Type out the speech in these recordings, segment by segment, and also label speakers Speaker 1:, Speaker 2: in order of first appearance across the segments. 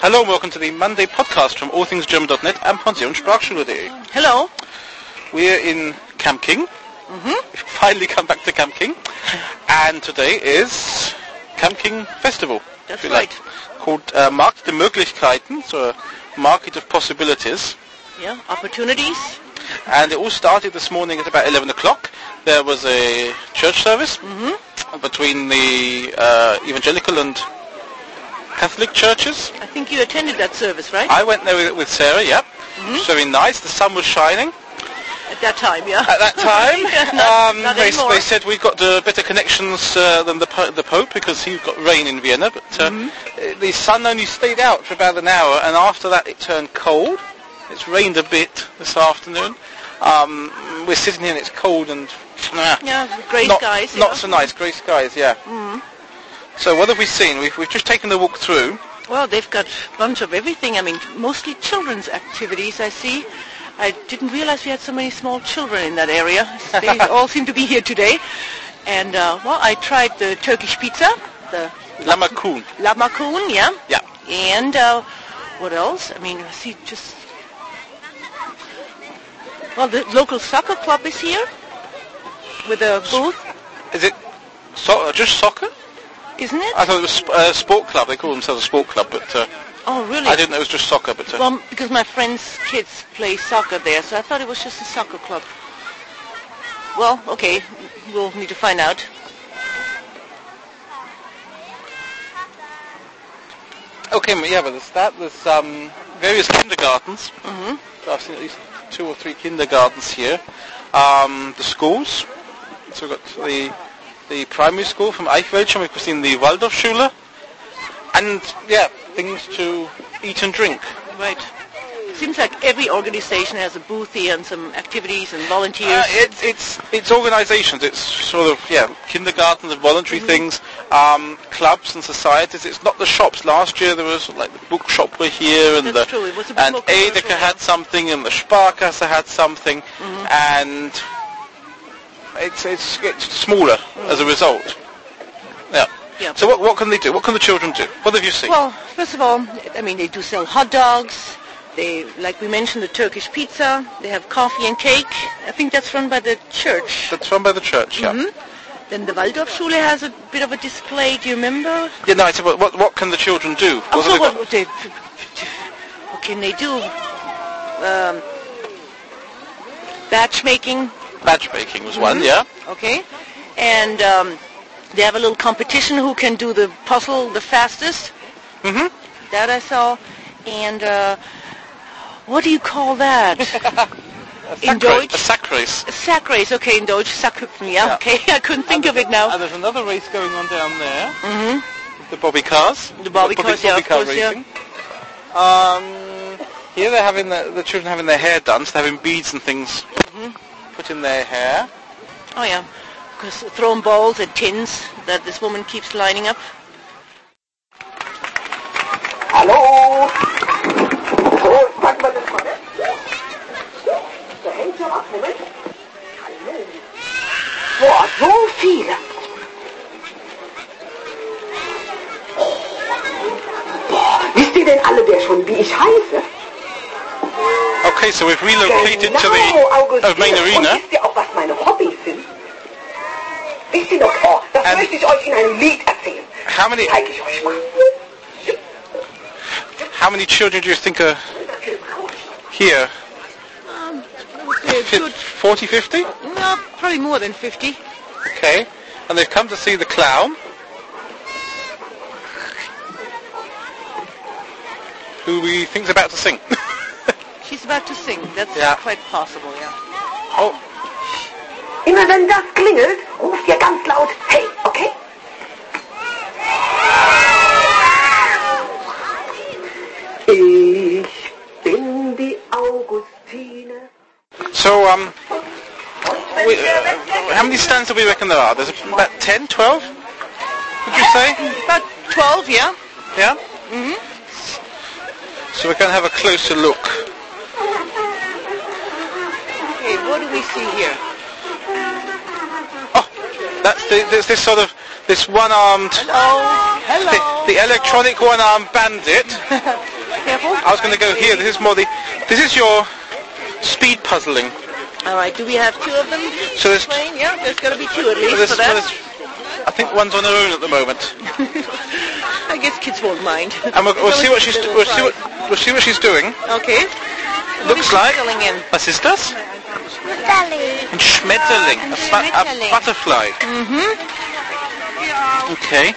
Speaker 1: Hello and welcome to the Monday podcast from allthingsgerman.net and ponziunsprachschule.de.
Speaker 2: Hello.
Speaker 1: We're in Camp King. We've finally come back to Camp King. And today is Camp King Festival.
Speaker 2: That's
Speaker 1: vielleicht. Called uh, Markt der Möglichkeiten, so a market of possibilities.
Speaker 2: Yeah, opportunities.
Speaker 1: And it all started this morning at about 11 o'clock. There was a church service between the uh, evangelical and Catholic churches.
Speaker 2: I think you attended that service, right?
Speaker 1: I went there with, with Sarah, yep.
Speaker 2: Mm-hmm.
Speaker 1: It was very nice. The sun was shining
Speaker 2: At that time, yeah.
Speaker 1: at that time.
Speaker 2: Not-
Speaker 1: um,
Speaker 2: not
Speaker 1: they,
Speaker 2: anymore.
Speaker 1: they said we've got uh, better connections uh, than the, po- the Pope because he got rain in Vienna. But uh,
Speaker 2: Mm-hmm.
Speaker 1: uh, the sun only stayed out for about an hour, and after that it turned cold. It's rained a bit this afternoon. Um, we're sitting here and it's cold and ah,
Speaker 2: Yeah, great
Speaker 1: not,
Speaker 2: guys. you
Speaker 1: not
Speaker 2: know. Mm.
Speaker 1: so nice. Grey skies, yeah. So what have we seen? We've, we've just taken the walk through.
Speaker 2: Well, they've got a bunch of everything. I mean, mostly children's activities, I see. I didn't realize we had so many small children in that area. They all seem to be here today. And, uh, well, I tried the Turkish pizza, the
Speaker 1: Lamakun.
Speaker 2: Lamakun, yeah?
Speaker 1: Yeah.
Speaker 2: And, uh, what else? I mean, I see just... Well, the local soccer club is here with a booth,
Speaker 1: Is it so- just soccer?
Speaker 2: isn't it?
Speaker 1: I thought it was sp- uh, sport club. They call themselves a sport club, but uh,
Speaker 2: oh, really?
Speaker 1: I didn't know it was just soccer. But uh,
Speaker 2: Well, because my friend's kids play soccer there, so I thought it was just a soccer club. Well, okay, we'll need to find out.
Speaker 1: Okay, but yeah, but there's that. There's um, various kindergartens. Mm-hmm. I've seen at least two or three kindergartens here. Um, the schools. So we've got the the primary school from Eichwelschen. We've seen the Waldorfschule. And yeah, things to eat and drink.
Speaker 2: Right. Seems like every organization has a booth here and some activities and volunteers.
Speaker 1: Uh, it's it's it's organisations. It's sort of yeah, kindergartens and voluntary
Speaker 2: Mm-hmm.
Speaker 1: things, um, clubs and societies. It's not the shops. Last year there was like the bookshop were here and
Speaker 2: That's
Speaker 1: the
Speaker 2: true, it was a
Speaker 1: and
Speaker 2: bookshop as
Speaker 1: Edeka
Speaker 2: well.
Speaker 1: had something and the Sparkasse had something
Speaker 2: Mm-hmm.
Speaker 1: and it's it's it's smaller as a result. Yeah.
Speaker 2: Mm. Yeah.
Speaker 1: So what what can they do? What can the children do? What have you seen?
Speaker 2: Well, first of all, I mean, they do sell hot dogs. They, like we mentioned, the Turkish pizza. They have coffee and cake. I think that's run by the church.
Speaker 1: That's run by the church. Yeah.
Speaker 2: Mm-hmm. Then the Waldorfschule has a bit of a display. Do you remember?
Speaker 1: Yeah. No. I said what what, what can the children do? What have
Speaker 2: Also,
Speaker 1: they got?
Speaker 2: what, what, they, what can they do? Um, batch making,
Speaker 1: Badge making was one. Yeah.
Speaker 2: mm-hmm. okay? And um, they have a little competition who can do the puzzle the fastest. Mm-hmm. That I saw. And uh, what do you call that? in
Speaker 1: Sack ra- A
Speaker 2: Deutsch?
Speaker 1: sack race.
Speaker 2: Sack race, okay, in Deutsch, Sackhüpfen, yeah,
Speaker 1: Yeah.
Speaker 2: okay. I couldn't think of it now.
Speaker 1: And Ah, there's another race going on down there. Mm-hmm. The Bobby cars.
Speaker 2: The Bobby cars, yeah, of
Speaker 1: car
Speaker 2: course, yeah.
Speaker 1: racing. Um, here they're having the, the children having their hair done, so they're having beads and things
Speaker 2: Mm-hmm.
Speaker 1: put in their hair.
Speaker 2: Oh, yeah. Because throwing balls at tins that this woman keeps lining up.
Speaker 3: Hallo? So, packen wir das mal weg. Der hängt ja ab, Moment. Hallo. Boah, so viele. Boah, wisst ihr denn alle, wer schon, wie ich heiße?
Speaker 1: Okay, so we've relocated to
Speaker 3: Genau,
Speaker 1: the
Speaker 3: Augustine.
Speaker 1: uh, main
Speaker 3: Und
Speaker 1: arena.
Speaker 3: wisst ihr auch, was meine Hobbys sind? Wisst ihr noch, oh, das
Speaker 1: Ähm.
Speaker 3: möchte ich euch in einem Lied erzählen.
Speaker 1: How many
Speaker 3: Zeige ich euch mal.
Speaker 1: how many children do you think are here?
Speaker 2: Okay,
Speaker 1: Fif-
Speaker 2: good.
Speaker 1: 40, 50?
Speaker 2: No, probably more than 50.
Speaker 1: Okay. And they've come to see the clown. Who we think's about to sing.
Speaker 2: She's about to sing. That's
Speaker 1: Yeah.
Speaker 2: quite possible, yeah.
Speaker 1: oh,
Speaker 3: Immer wenn das klingelt, ruft ihr ganz laut Hey, okay? Ich bin die Augustine.
Speaker 1: So, um, we, uh, how many stands do we reckon there are? There's about 10, 12? Would you say?
Speaker 2: About 12, yeah?
Speaker 1: Yeah? Mm-hmm. So we're going to have a closer look.
Speaker 2: Okay, what do we see here?
Speaker 1: Oh, that's the, there's this sort of, this one-armed
Speaker 2: Hello? Hello.
Speaker 1: The, the electronic one-armed bandit.
Speaker 2: Careful.
Speaker 1: I was going to go here. This is more the. This is your speed puzzling.
Speaker 2: All right. Do we have two of them
Speaker 1: So there's-
Speaker 2: playing? Yeah, there's got to be two at least
Speaker 1: This-
Speaker 2: for that.
Speaker 1: this- I think one's on her own at the moment,
Speaker 2: I guess kids won't mind.
Speaker 1: and we'll, we'll
Speaker 2: It's
Speaker 1: see what
Speaker 2: always
Speaker 1: she's
Speaker 2: a little
Speaker 1: we'll see what
Speaker 2: surprise.
Speaker 1: we'll see what she's doing.
Speaker 2: Okay. What
Speaker 1: Looks
Speaker 2: is she
Speaker 1: like-
Speaker 2: filling in?
Speaker 1: Was ist das?
Speaker 4: Darling.
Speaker 1: Ein Schmetterling, a, bu- a
Speaker 4: Schmetterling.
Speaker 1: butterfly. Mhm. Okay.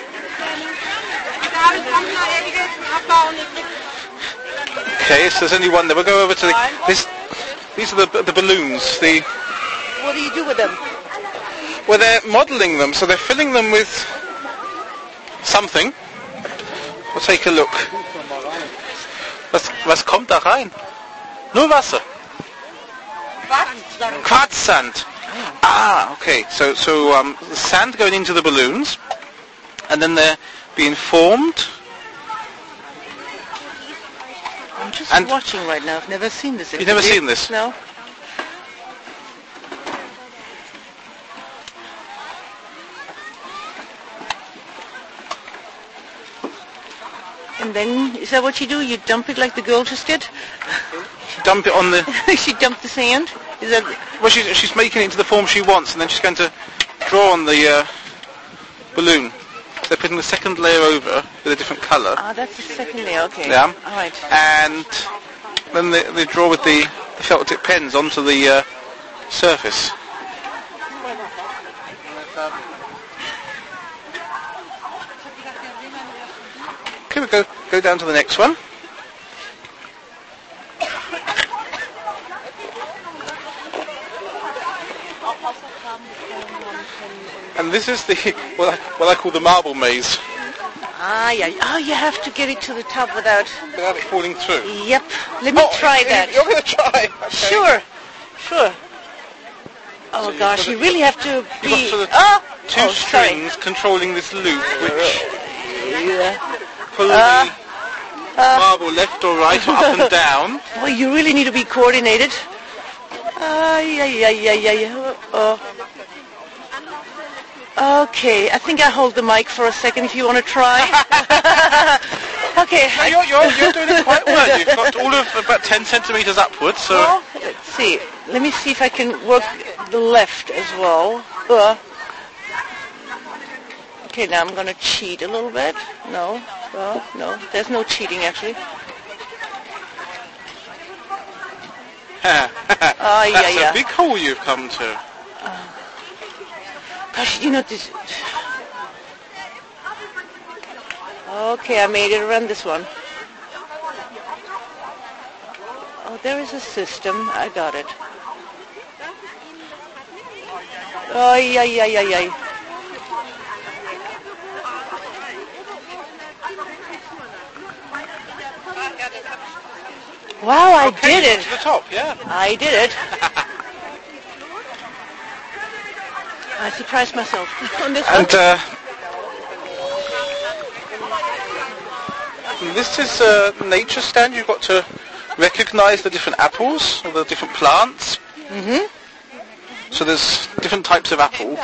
Speaker 1: Okay, so there's only one there. We'll go over to the. This, these are the the balloons. The
Speaker 2: What do you do with them?
Speaker 1: well, they're modelling them, so they're filling them with something. We'll take a look. Was was kommt da rein? Nur Wasser. Quartz sand. Ah, okay. So so um, the sand going into the balloons, and then they're being formed.
Speaker 2: I'm just
Speaker 1: And-
Speaker 2: watching right now. I've never seen this.
Speaker 1: You've never
Speaker 2: exhibit.
Speaker 1: seen this?
Speaker 2: No. And then, is that what you do? You dump it like the girl just did?
Speaker 1: Dump it on the.
Speaker 2: she dumped the sand? Is that...
Speaker 1: Well, she's she's making it into the form she wants, and then she's going to draw on the uh, balloon. They're putting the second layer over with a different colour.
Speaker 2: Ah, that's the second layer. Okay.
Speaker 1: Yeah.
Speaker 2: All right.
Speaker 1: and then they, they draw with the, the felt tip pens onto the uh, surface. Okay, we go go down to the next one. And this is the what I, what I call the marble maze,
Speaker 2: Ah, yeah. Oh, you have to get it to the top without...
Speaker 1: without it falling through.
Speaker 2: Yep. Let
Speaker 1: Oh,
Speaker 2: me try
Speaker 1: you-
Speaker 2: that.
Speaker 1: You're going to try. Okay.
Speaker 2: Sure, sure. Oh gosh, you really have to
Speaker 1: You've got
Speaker 2: be.
Speaker 1: sort of
Speaker 2: Oh,
Speaker 1: two
Speaker 2: oh, sorry.
Speaker 1: strings controlling this loop, which
Speaker 2: Yeah. Uh,
Speaker 1: pull the marble left or right or up and down.
Speaker 2: Well, you really need to be coordinated. Ah, yeah, yeah, yeah, yeah, yeah. Oh. Okay, I think I hold the mic for a second if you want to try. okay.
Speaker 1: Now you're, you're, you're doing it quite well. You've got all of about 10 centimetres upwards, so
Speaker 2: Well, let's see. Let me see if I can work the left as well. Uh. Okay, now I'm going to cheat a little bit. No, uh, no, there's no cheating actually. Ah, yeah,
Speaker 1: that's
Speaker 2: yeah.
Speaker 1: a big hole you've come to.
Speaker 2: Gosh, you know this. Okay, I made it around this one. Oh, there is a system. I got it. Oh, yeah, yeah, yeah, yeah. Wow, I
Speaker 1: Okay,
Speaker 2: did it.
Speaker 1: To the top, yeah.
Speaker 2: I did it. I surprised myself on this one.
Speaker 1: And uh, Hmm, this is a nature stand. You've got to recognise the different apples or the different plants. Mm-hmm. So there's different types of apple.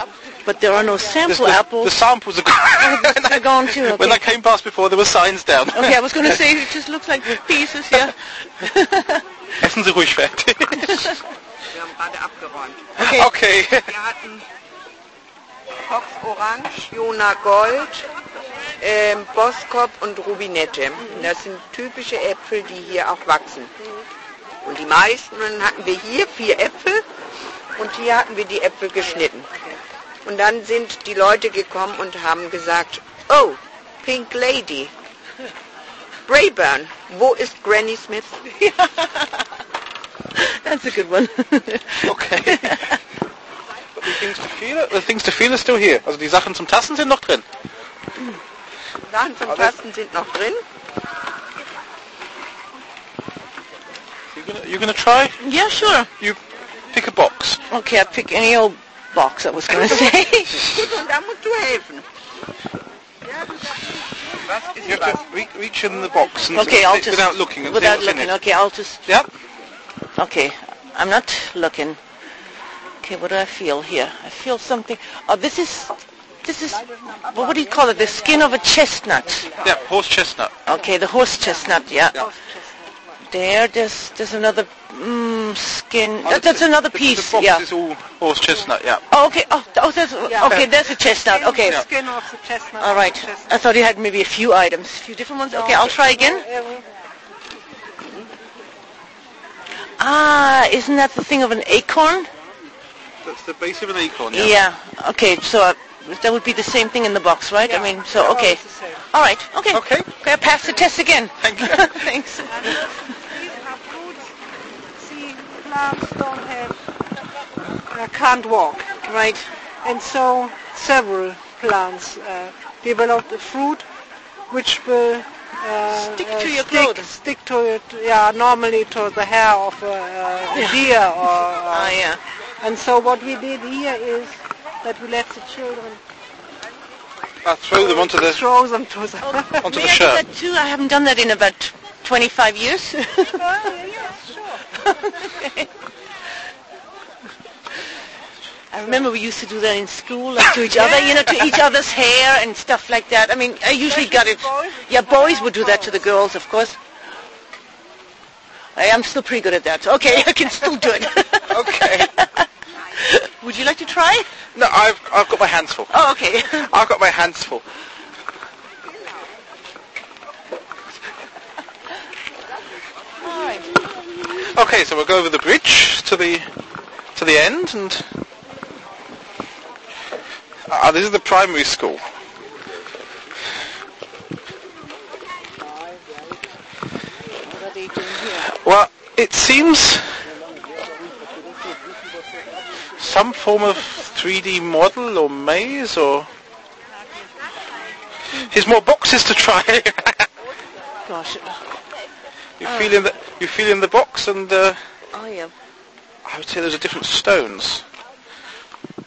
Speaker 2: But there are no sample
Speaker 1: There's the,
Speaker 2: apples.
Speaker 1: the samples are gone. when, I,
Speaker 2: They're gone too. Okay.
Speaker 1: when I came past before, there were signs down.
Speaker 2: okay, I was going to say it just looks like pieces. Yeah.
Speaker 1: Essen Sie ruhig fertig.
Speaker 5: Wir haben gerade abgeräumt.
Speaker 1: Okay.
Speaker 5: Wir hatten Fox Orange, Jona Gold, ähm, Boskop und Rubinette. Das sind typische Äpfel, die hier auch wachsen. Und die meisten, und dann hatten wir hier vier Äpfel und hier hatten wir die Äpfel geschnitten. Und dann sind die Leute gekommen und haben gesagt, oh, Pink Lady, Brayburn, wo ist Granny Smith?
Speaker 2: That's a good one.
Speaker 1: Okay. But the things to feel, the things to feel are still here. Also die Sachen zum Tassen sind noch drin.
Speaker 5: Sachen zum Tasten sind noch drin.
Speaker 1: You gonna, you gonna try?
Speaker 2: yeah, sure.
Speaker 1: You pick a box.
Speaker 2: Okay, I pick any old box. I was going to say.
Speaker 5: Und da musst du helfen.
Speaker 1: You have to re- reach in the box and
Speaker 2: okay, I'll
Speaker 1: sit
Speaker 2: just
Speaker 1: without looking. And see
Speaker 2: Without
Speaker 1: what's in
Speaker 2: looking.
Speaker 1: it.
Speaker 2: Okay, I'll just.
Speaker 1: Yep.
Speaker 2: Okay, I'm not looking. Okay, what do I feel here? I feel something. Oh, this is this is, what do you call it, the skin of a chestnut.
Speaker 1: Yeah, horse chestnut.
Speaker 2: Okay, the horse chestnut, yeah.
Speaker 1: Yeah.
Speaker 2: There, there's, there's another mm, skin. That-
Speaker 1: Oh, The-
Speaker 2: that's another
Speaker 1: the-
Speaker 2: piece,
Speaker 1: The box
Speaker 2: yeah.
Speaker 1: is all horse chestnut, yeah.
Speaker 2: Oh, okay. Oh, th- oh there's, okay, there's a chestnut. Okay.
Speaker 6: The skin of the chestnut.
Speaker 2: All right. I thought you had maybe a few items, a few different ones. Okay, I'll try again. Ah, isn't that the thing of an acorn?
Speaker 1: That's the base of an acorn, yeah.
Speaker 2: Yeah. Okay, so uh, that would be the same thing in the box, right? I mean, so okay. All right. Okay.
Speaker 1: Okay.
Speaker 2: Okay, I passed the test again.
Speaker 1: Thank you.
Speaker 2: Thanks.
Speaker 6: These are fruits. See, plants don't have, uh, can't walk.
Speaker 2: Right.
Speaker 6: And so several plants uh, developed a fruit which will uh,
Speaker 2: Stick
Speaker 6: uh,
Speaker 2: to your
Speaker 6: stick,
Speaker 2: clothes.
Speaker 6: stick to it, yeah, normally to the hair of a, uh, a deer. Or,
Speaker 2: Ah,
Speaker 6: uh,
Speaker 2: yeah.
Speaker 6: And so what we did here is that we let the children
Speaker 1: I throw them onto the
Speaker 6: throw them to the...
Speaker 1: onto
Speaker 2: May
Speaker 1: the
Speaker 2: I do
Speaker 1: shirt.
Speaker 2: that too? I haven't done that in about 25 years. I remember we used to do that in school, like to each other, you know, to each other's hair and stuff like that. I mean, I usually got it. Yeah, boys would do that to the girls, of course. I am still pretty good at that. Okay, I can still do it.
Speaker 1: Okay.
Speaker 2: would you like to try?
Speaker 1: No, I've I've got my hands full.
Speaker 2: Oh, okay.
Speaker 1: I've got my hands full.
Speaker 2: All right.
Speaker 1: Okay, so we'll go over the bridge to the to the end, and ah, this is the primary school. Well, it seems some form of 3D model or maze or. Here's more boxes to try.
Speaker 2: Gosh.
Speaker 1: you feel in the you feel in the box and. Uh,
Speaker 2: Oh, yeah.
Speaker 1: I would say those are different stones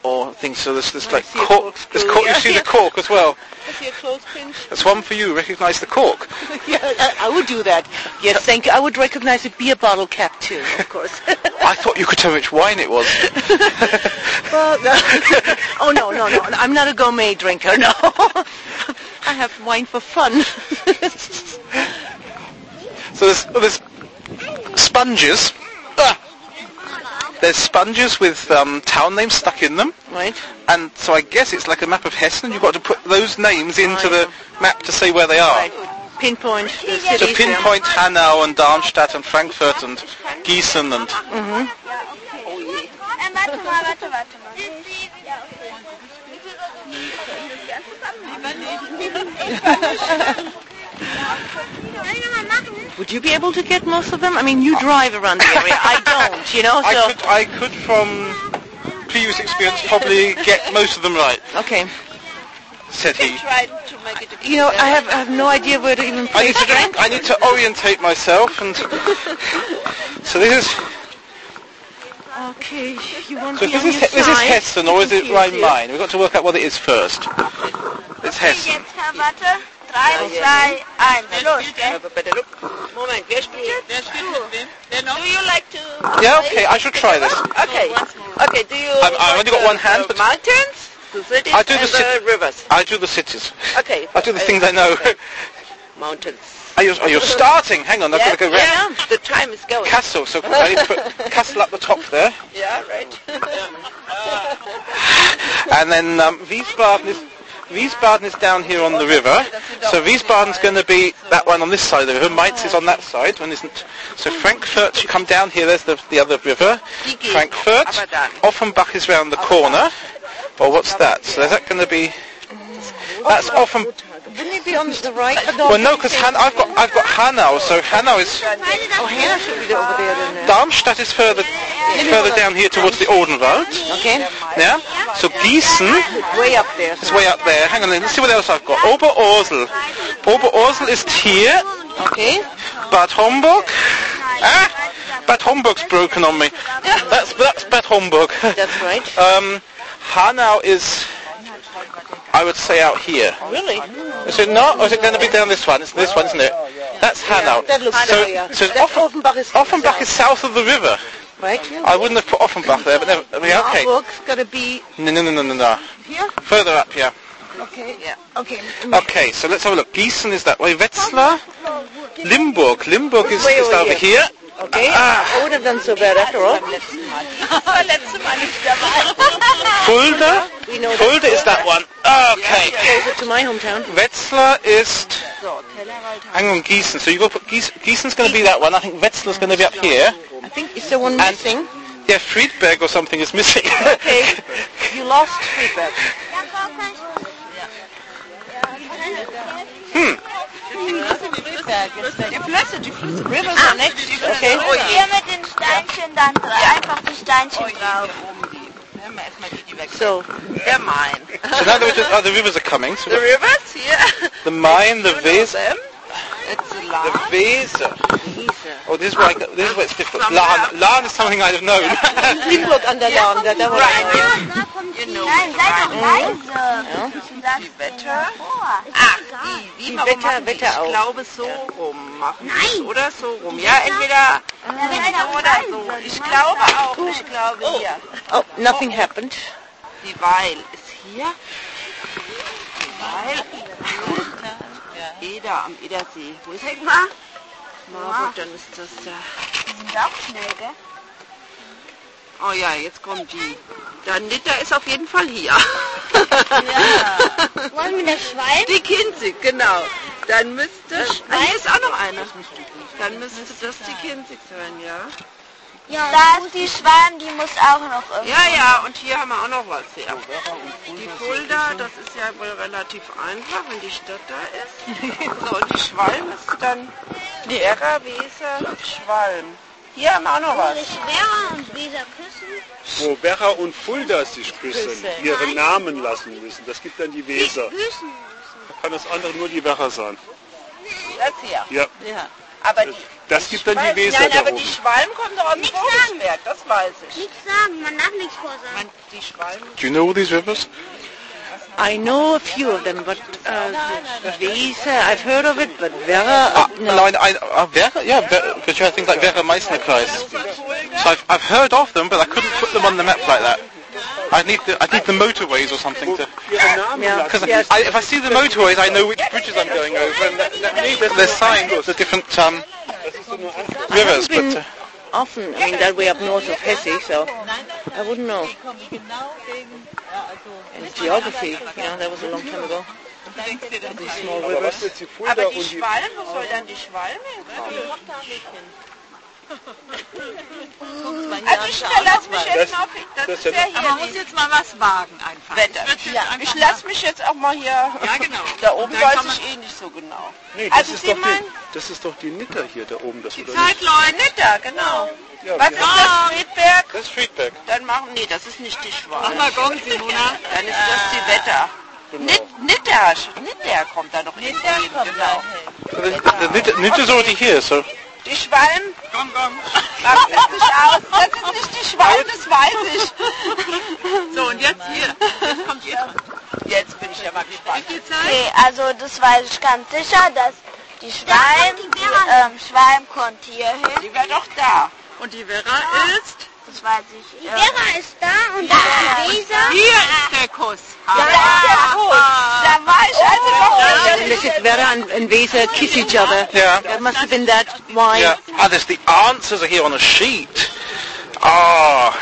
Speaker 1: or things. So there's, there's
Speaker 2: I
Speaker 1: like
Speaker 2: see a
Speaker 1: cork.
Speaker 2: corkscrew,
Speaker 1: There's cork. You
Speaker 2: yeah.
Speaker 1: see the cork as well.
Speaker 2: Is he a clothespin?
Speaker 1: That's one for you. Recognise the cork.
Speaker 2: Yeah, I, I would do that. Yes, thank you. I would recognize a beer bottle cap too, of course.
Speaker 1: I thought you could tell which wine it was.
Speaker 2: Well, no. oh no, no, no! I'm not a gourmet drinker. No, I have wine for fun.
Speaker 1: So there's, well, there's sponges. Ah! There's sponges with um, town names stuck in them.
Speaker 2: right?
Speaker 1: And so I guess it's like a map of Hessen. and You've got to put those names into
Speaker 2: yeah.
Speaker 1: the map to say where they are.
Speaker 2: Right. Pinpoint the
Speaker 1: To
Speaker 2: cities. yeah.
Speaker 1: pinpoint Hanau and Darmstadt and Frankfurt and Gießen and
Speaker 4: Äh, warte mal, warte, warte mal. Ja, okay.
Speaker 2: Would you be able to get most of them? I mean, you drive around the area. I don't, you know.
Speaker 1: I
Speaker 2: So
Speaker 1: could, I could from previous experience probably get most of them right,
Speaker 2: okay.
Speaker 1: said he.
Speaker 2: You know, I have, I have no idea where to even
Speaker 1: I
Speaker 2: place
Speaker 1: need to,
Speaker 2: drinks.
Speaker 1: I need to orientate myself and so this is
Speaker 2: Okay, you want
Speaker 1: so
Speaker 2: to be
Speaker 1: this
Speaker 2: on
Speaker 1: is
Speaker 2: your
Speaker 1: this is
Speaker 2: side.
Speaker 1: Hessen or is it
Speaker 2: Confused here.
Speaker 1: Rhein-Main? We've got to work out what it is first. It's Hessen.
Speaker 4: Jetzt, Herr, warte. Drei, zwei, eins. Los, gell?
Speaker 5: Moment, wer spielt?
Speaker 4: Do you like to...
Speaker 1: Yeah, okay, I should try this.
Speaker 5: Okay, okay, do you...
Speaker 1: I've- I've only got one hand,
Speaker 2: uh,
Speaker 5: The
Speaker 1: but-
Speaker 5: mountains, the cities,
Speaker 1: I do the
Speaker 5: and
Speaker 1: cit-
Speaker 5: rivers.
Speaker 1: I do the cities.
Speaker 5: Okay.
Speaker 1: I do the
Speaker 5: uh,
Speaker 1: things I know.
Speaker 5: Mountains.
Speaker 1: Are you, are you starting? Hang on, I've
Speaker 2: uh,
Speaker 1: got to go round.
Speaker 5: yeah, Ah, the time is going.
Speaker 1: Castle, so I need to put castle up the top there.
Speaker 5: Yeah, right.
Speaker 1: And then um, Wiesbaden is Wiesbaden is down here on the river. So Wiesbaden's going to be that one on this side of the river. Mainz is on that side. One isn't. So Frankfurt, you come down here. There's the, the other river. Frankfurt. Offenbach is round the corner. Or what's that? So is that going to be?
Speaker 5: Mm-hmm.
Speaker 1: That's Offen.
Speaker 2: Wouldn't it be on the right?
Speaker 1: Well, no, because Han- I've got I've got Hanau. So Hanau is
Speaker 2: Oh, Hannah should be over there then.
Speaker 1: Darmstadt is further further down here towards the Odenwald.
Speaker 2: Okay,
Speaker 1: Yeah. So Gießen
Speaker 2: way up there.
Speaker 1: It's way up there. Hang on, let's see what else I've got. Oberursel. Oberursel ist here.
Speaker 2: Okay.
Speaker 1: Bad Homburg. Ah, Bad Homburg's broken on me. That's that's Bad Homburg.
Speaker 2: That's right.
Speaker 1: Um, Hanau is, I would say, out here.
Speaker 2: Really?
Speaker 1: Is it not? Or is it going to be down this one? It's this one, isn't it? That's Hanau.
Speaker 2: that looks
Speaker 1: so,
Speaker 2: familiar.
Speaker 1: so
Speaker 2: That's
Speaker 1: Offen-
Speaker 2: Offenbach is-
Speaker 1: Offenbach is south of the river.
Speaker 2: Right? Yeah.
Speaker 1: I wouldn't have put Offenbach there, but never, I mean, okay.
Speaker 2: Marburg's got to be
Speaker 1: No, no, no, no, no, no.
Speaker 2: here.
Speaker 1: Further up, yeah.
Speaker 4: Okay. Yeah. Okay.
Speaker 1: Okay, so let's have a look. Gießen is that way. Wetzlar, Limburg. Limburg is, is over here.
Speaker 2: Okay,
Speaker 1: Ah,
Speaker 2: I would have done so bad after all.
Speaker 4: war letztes Mal nicht dabei.
Speaker 1: Fulda, Fulda is that one. Okay.
Speaker 2: Closer to my hometown.
Speaker 1: Wetzlar is hang on Gießen. So you go put Gies, Gießen's going to be that one. I think Wetzlar's going to be up here.
Speaker 2: I think it's the one missing.
Speaker 1: Yeah, Friedberg or something is missing.
Speaker 2: Okay, you lost feedback.
Speaker 4: Hier
Speaker 2: Rivers are Ah, next. Okay.
Speaker 4: mit den Steinchen dann dra- einfach die Steinchen drauf.
Speaker 2: So,
Speaker 5: Der Main.
Speaker 1: so now the, rivers- oh, the rivers are coming. So
Speaker 5: The rivers here.
Speaker 1: the Main, the Weser,
Speaker 5: Them. It's a
Speaker 1: the
Speaker 5: large.
Speaker 1: Weser. Oh, this is where I, go- this is where it's difficult. Lahn, Lahn is something I'd have known.
Speaker 2: Limburg an der Lahn, da, da war ich.
Speaker 5: Genau.
Speaker 4: Nein, sei doch
Speaker 5: Ah,
Speaker 4: leise. Du sagst die
Speaker 5: Wetter.
Speaker 4: vor.
Speaker 5: Ach, die, wie,
Speaker 2: Die
Speaker 5: warum
Speaker 2: Wetter-
Speaker 5: machen die?
Speaker 2: Wetter auch.
Speaker 5: Ich glaube, so rum machen Nein. Oder so rum. Ja, entweder so oder so. Ich glaube auch. Ich glaube hier.
Speaker 2: Oh, nothing happened.
Speaker 5: Die Weil ist hier. Die Weil. Eder am Edersee. Wo ist
Speaker 4: Guck mal.
Speaker 5: Na gut, dann ist das da.
Speaker 4: Die sind auch schnell, gell?
Speaker 5: Oh ja, jetzt kommt die. Dann Nitter ist auf jeden Fall hier.
Speaker 4: Wollen wir das Schwein?
Speaker 5: Die Kinzig, genau. Dann müsste. Ah, hier ist auch noch eine. Dann müsste das die Kinzig sein, ja.
Speaker 4: Ja, da ist die Schwan, die muss auch noch irgendwie.
Speaker 5: Ja, ja, und hier haben wir auch noch was her. Die Fulda, das ist ja wohl relativ einfach, wenn die Stadt da ist. So, und die Schwalm ist dann die Erra, Weser, Schwalm. Hier haben wir auch noch was.
Speaker 4: Schwerer und Weser küssen.
Speaker 7: Wo Werra und Fulda sich küssen, ihren Namen lassen müssen. Das gibt dann die Weser.
Speaker 4: Küssen.
Speaker 7: Kann das andere nur die Werra sein?
Speaker 5: Das hier.
Speaker 7: Ja,
Speaker 5: Aber die,
Speaker 7: das gibt dann die Weser
Speaker 5: nein,
Speaker 7: da
Speaker 5: aber
Speaker 7: oben.
Speaker 5: die Schwalm kommt doch aus dem Vogelsberg, das weiß ich.
Speaker 4: Nichts sagen, man darf nichts vorsagen.
Speaker 5: Man, die Schwalm,
Speaker 1: Do you know all these rivers?
Speaker 2: I know a few of them, but uh, Weser, I've heard of it, but Werra,
Speaker 1: Ah,
Speaker 2: uh, no.
Speaker 1: no, I, I, uh, Vera, yeah, Vera, because you have things like Vera Meissner Kreis. So I've, I've heard of them, but I couldn't put them on the map like that. I need the, I need the motorways or something to.
Speaker 7: Ihren Namen
Speaker 2: Ja.
Speaker 7: lassen.
Speaker 1: Because I, if I see the motorways, I know which bridges I'm going over, and that, that, there's, there's signs of the different um, rivers. But uh,
Speaker 2: Often, I mean, that way up north of Hesse, so I wouldn't know. And geography, you know, that was a long time ago. These small
Speaker 7: Aber
Speaker 2: rivers.
Speaker 7: was jetzt die Fulda
Speaker 5: aber die
Speaker 7: und die
Speaker 5: Schwalm, wo soll dann die Schwalm hinkommen? Also ich verlasse mich jetzt
Speaker 7: Das-
Speaker 5: auf, das,
Speaker 7: das
Speaker 5: ist
Speaker 7: ist
Speaker 5: ja
Speaker 7: ja-
Speaker 5: hier man muss jetzt mal was wagen einfach. Wetter. ich lasse mich jetzt auch mal hier, ja, genau. da oben weiß ich eh nicht so genau.
Speaker 7: Nee, das,
Speaker 5: Also
Speaker 7: ist
Speaker 5: Sie
Speaker 7: doch die,
Speaker 5: meinen-
Speaker 7: das ist doch die Nitter hier da oben. Das oder
Speaker 5: Zeit,
Speaker 7: nicht?
Speaker 5: Leute. Netter, genau.
Speaker 7: Ja,
Speaker 5: Was
Speaker 7: wir-
Speaker 5: ist das, Friedberg?
Speaker 1: that's Friedberg.
Speaker 5: Dann machen, nee, das ist nicht die Schwalm. Mach mal Gong, Simona. Dann ist das die Wetter.
Speaker 2: Genau.
Speaker 5: Nit- Nitter, Nitter kommt da noch hin. Nitter genau.
Speaker 1: So the, the Nid- Nidda's already here, so
Speaker 5: Die Schwalm. Mach das nicht aus. Das ist nicht die Schwalm, das weiß ich. So, und jetzt hier. Jetzt kommt ihr. Jetzt bin ich ja mal gespannt.
Speaker 4: Okay, also das weiß ich ganz sicher, dass die Schwalm, die, ähm, Schwalm kommt hier hin.
Speaker 5: Die wäre doch da. Und die Vera ist?
Speaker 4: Das weiß ich. Die Vera ist da und die Weser.
Speaker 5: Hier ist der Kuss. Ja,
Speaker 4: ja,
Speaker 5: gut. Da war ich also
Speaker 4: Oh.
Speaker 5: noch
Speaker 2: Look at Werra and, and Weser kiss each other.
Speaker 1: Yeah.
Speaker 2: That must have been that. Why?
Speaker 1: yeah. Ah, there's the answers are here on a sheet. Ah,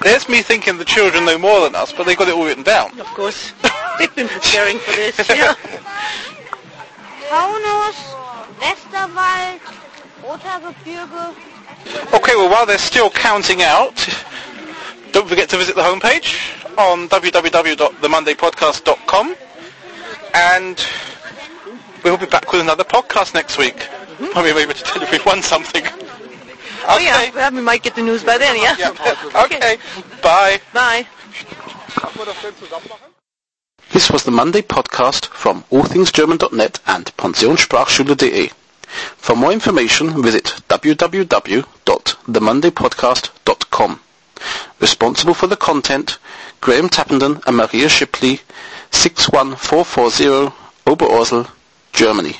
Speaker 1: there's me thinking the children know more than us, but they've got it all written down.
Speaker 2: Of course, they've been preparing for this. Yeah.
Speaker 4: Taunus, Westerwald, Rothaargebirge.
Speaker 1: Okay, well, while they're still counting out, don't forget to visit the homepage on www.themondaypodcast.com. And we'll be back with another podcast next week. Probably able to tell if we've won something.
Speaker 2: Mm-hmm. Oh yeah, well, we might get the news by then. Yeah.
Speaker 1: okay. Bye.
Speaker 2: Bye.
Speaker 8: This was the Monday podcast from allthingsgerman.net and pensionssprachschule.de. E. For more information, visit www.themondaypodcast.com. Responsible for the content, Graham Tappenden and Maria Shipley, 61440 Oberursel, Germany.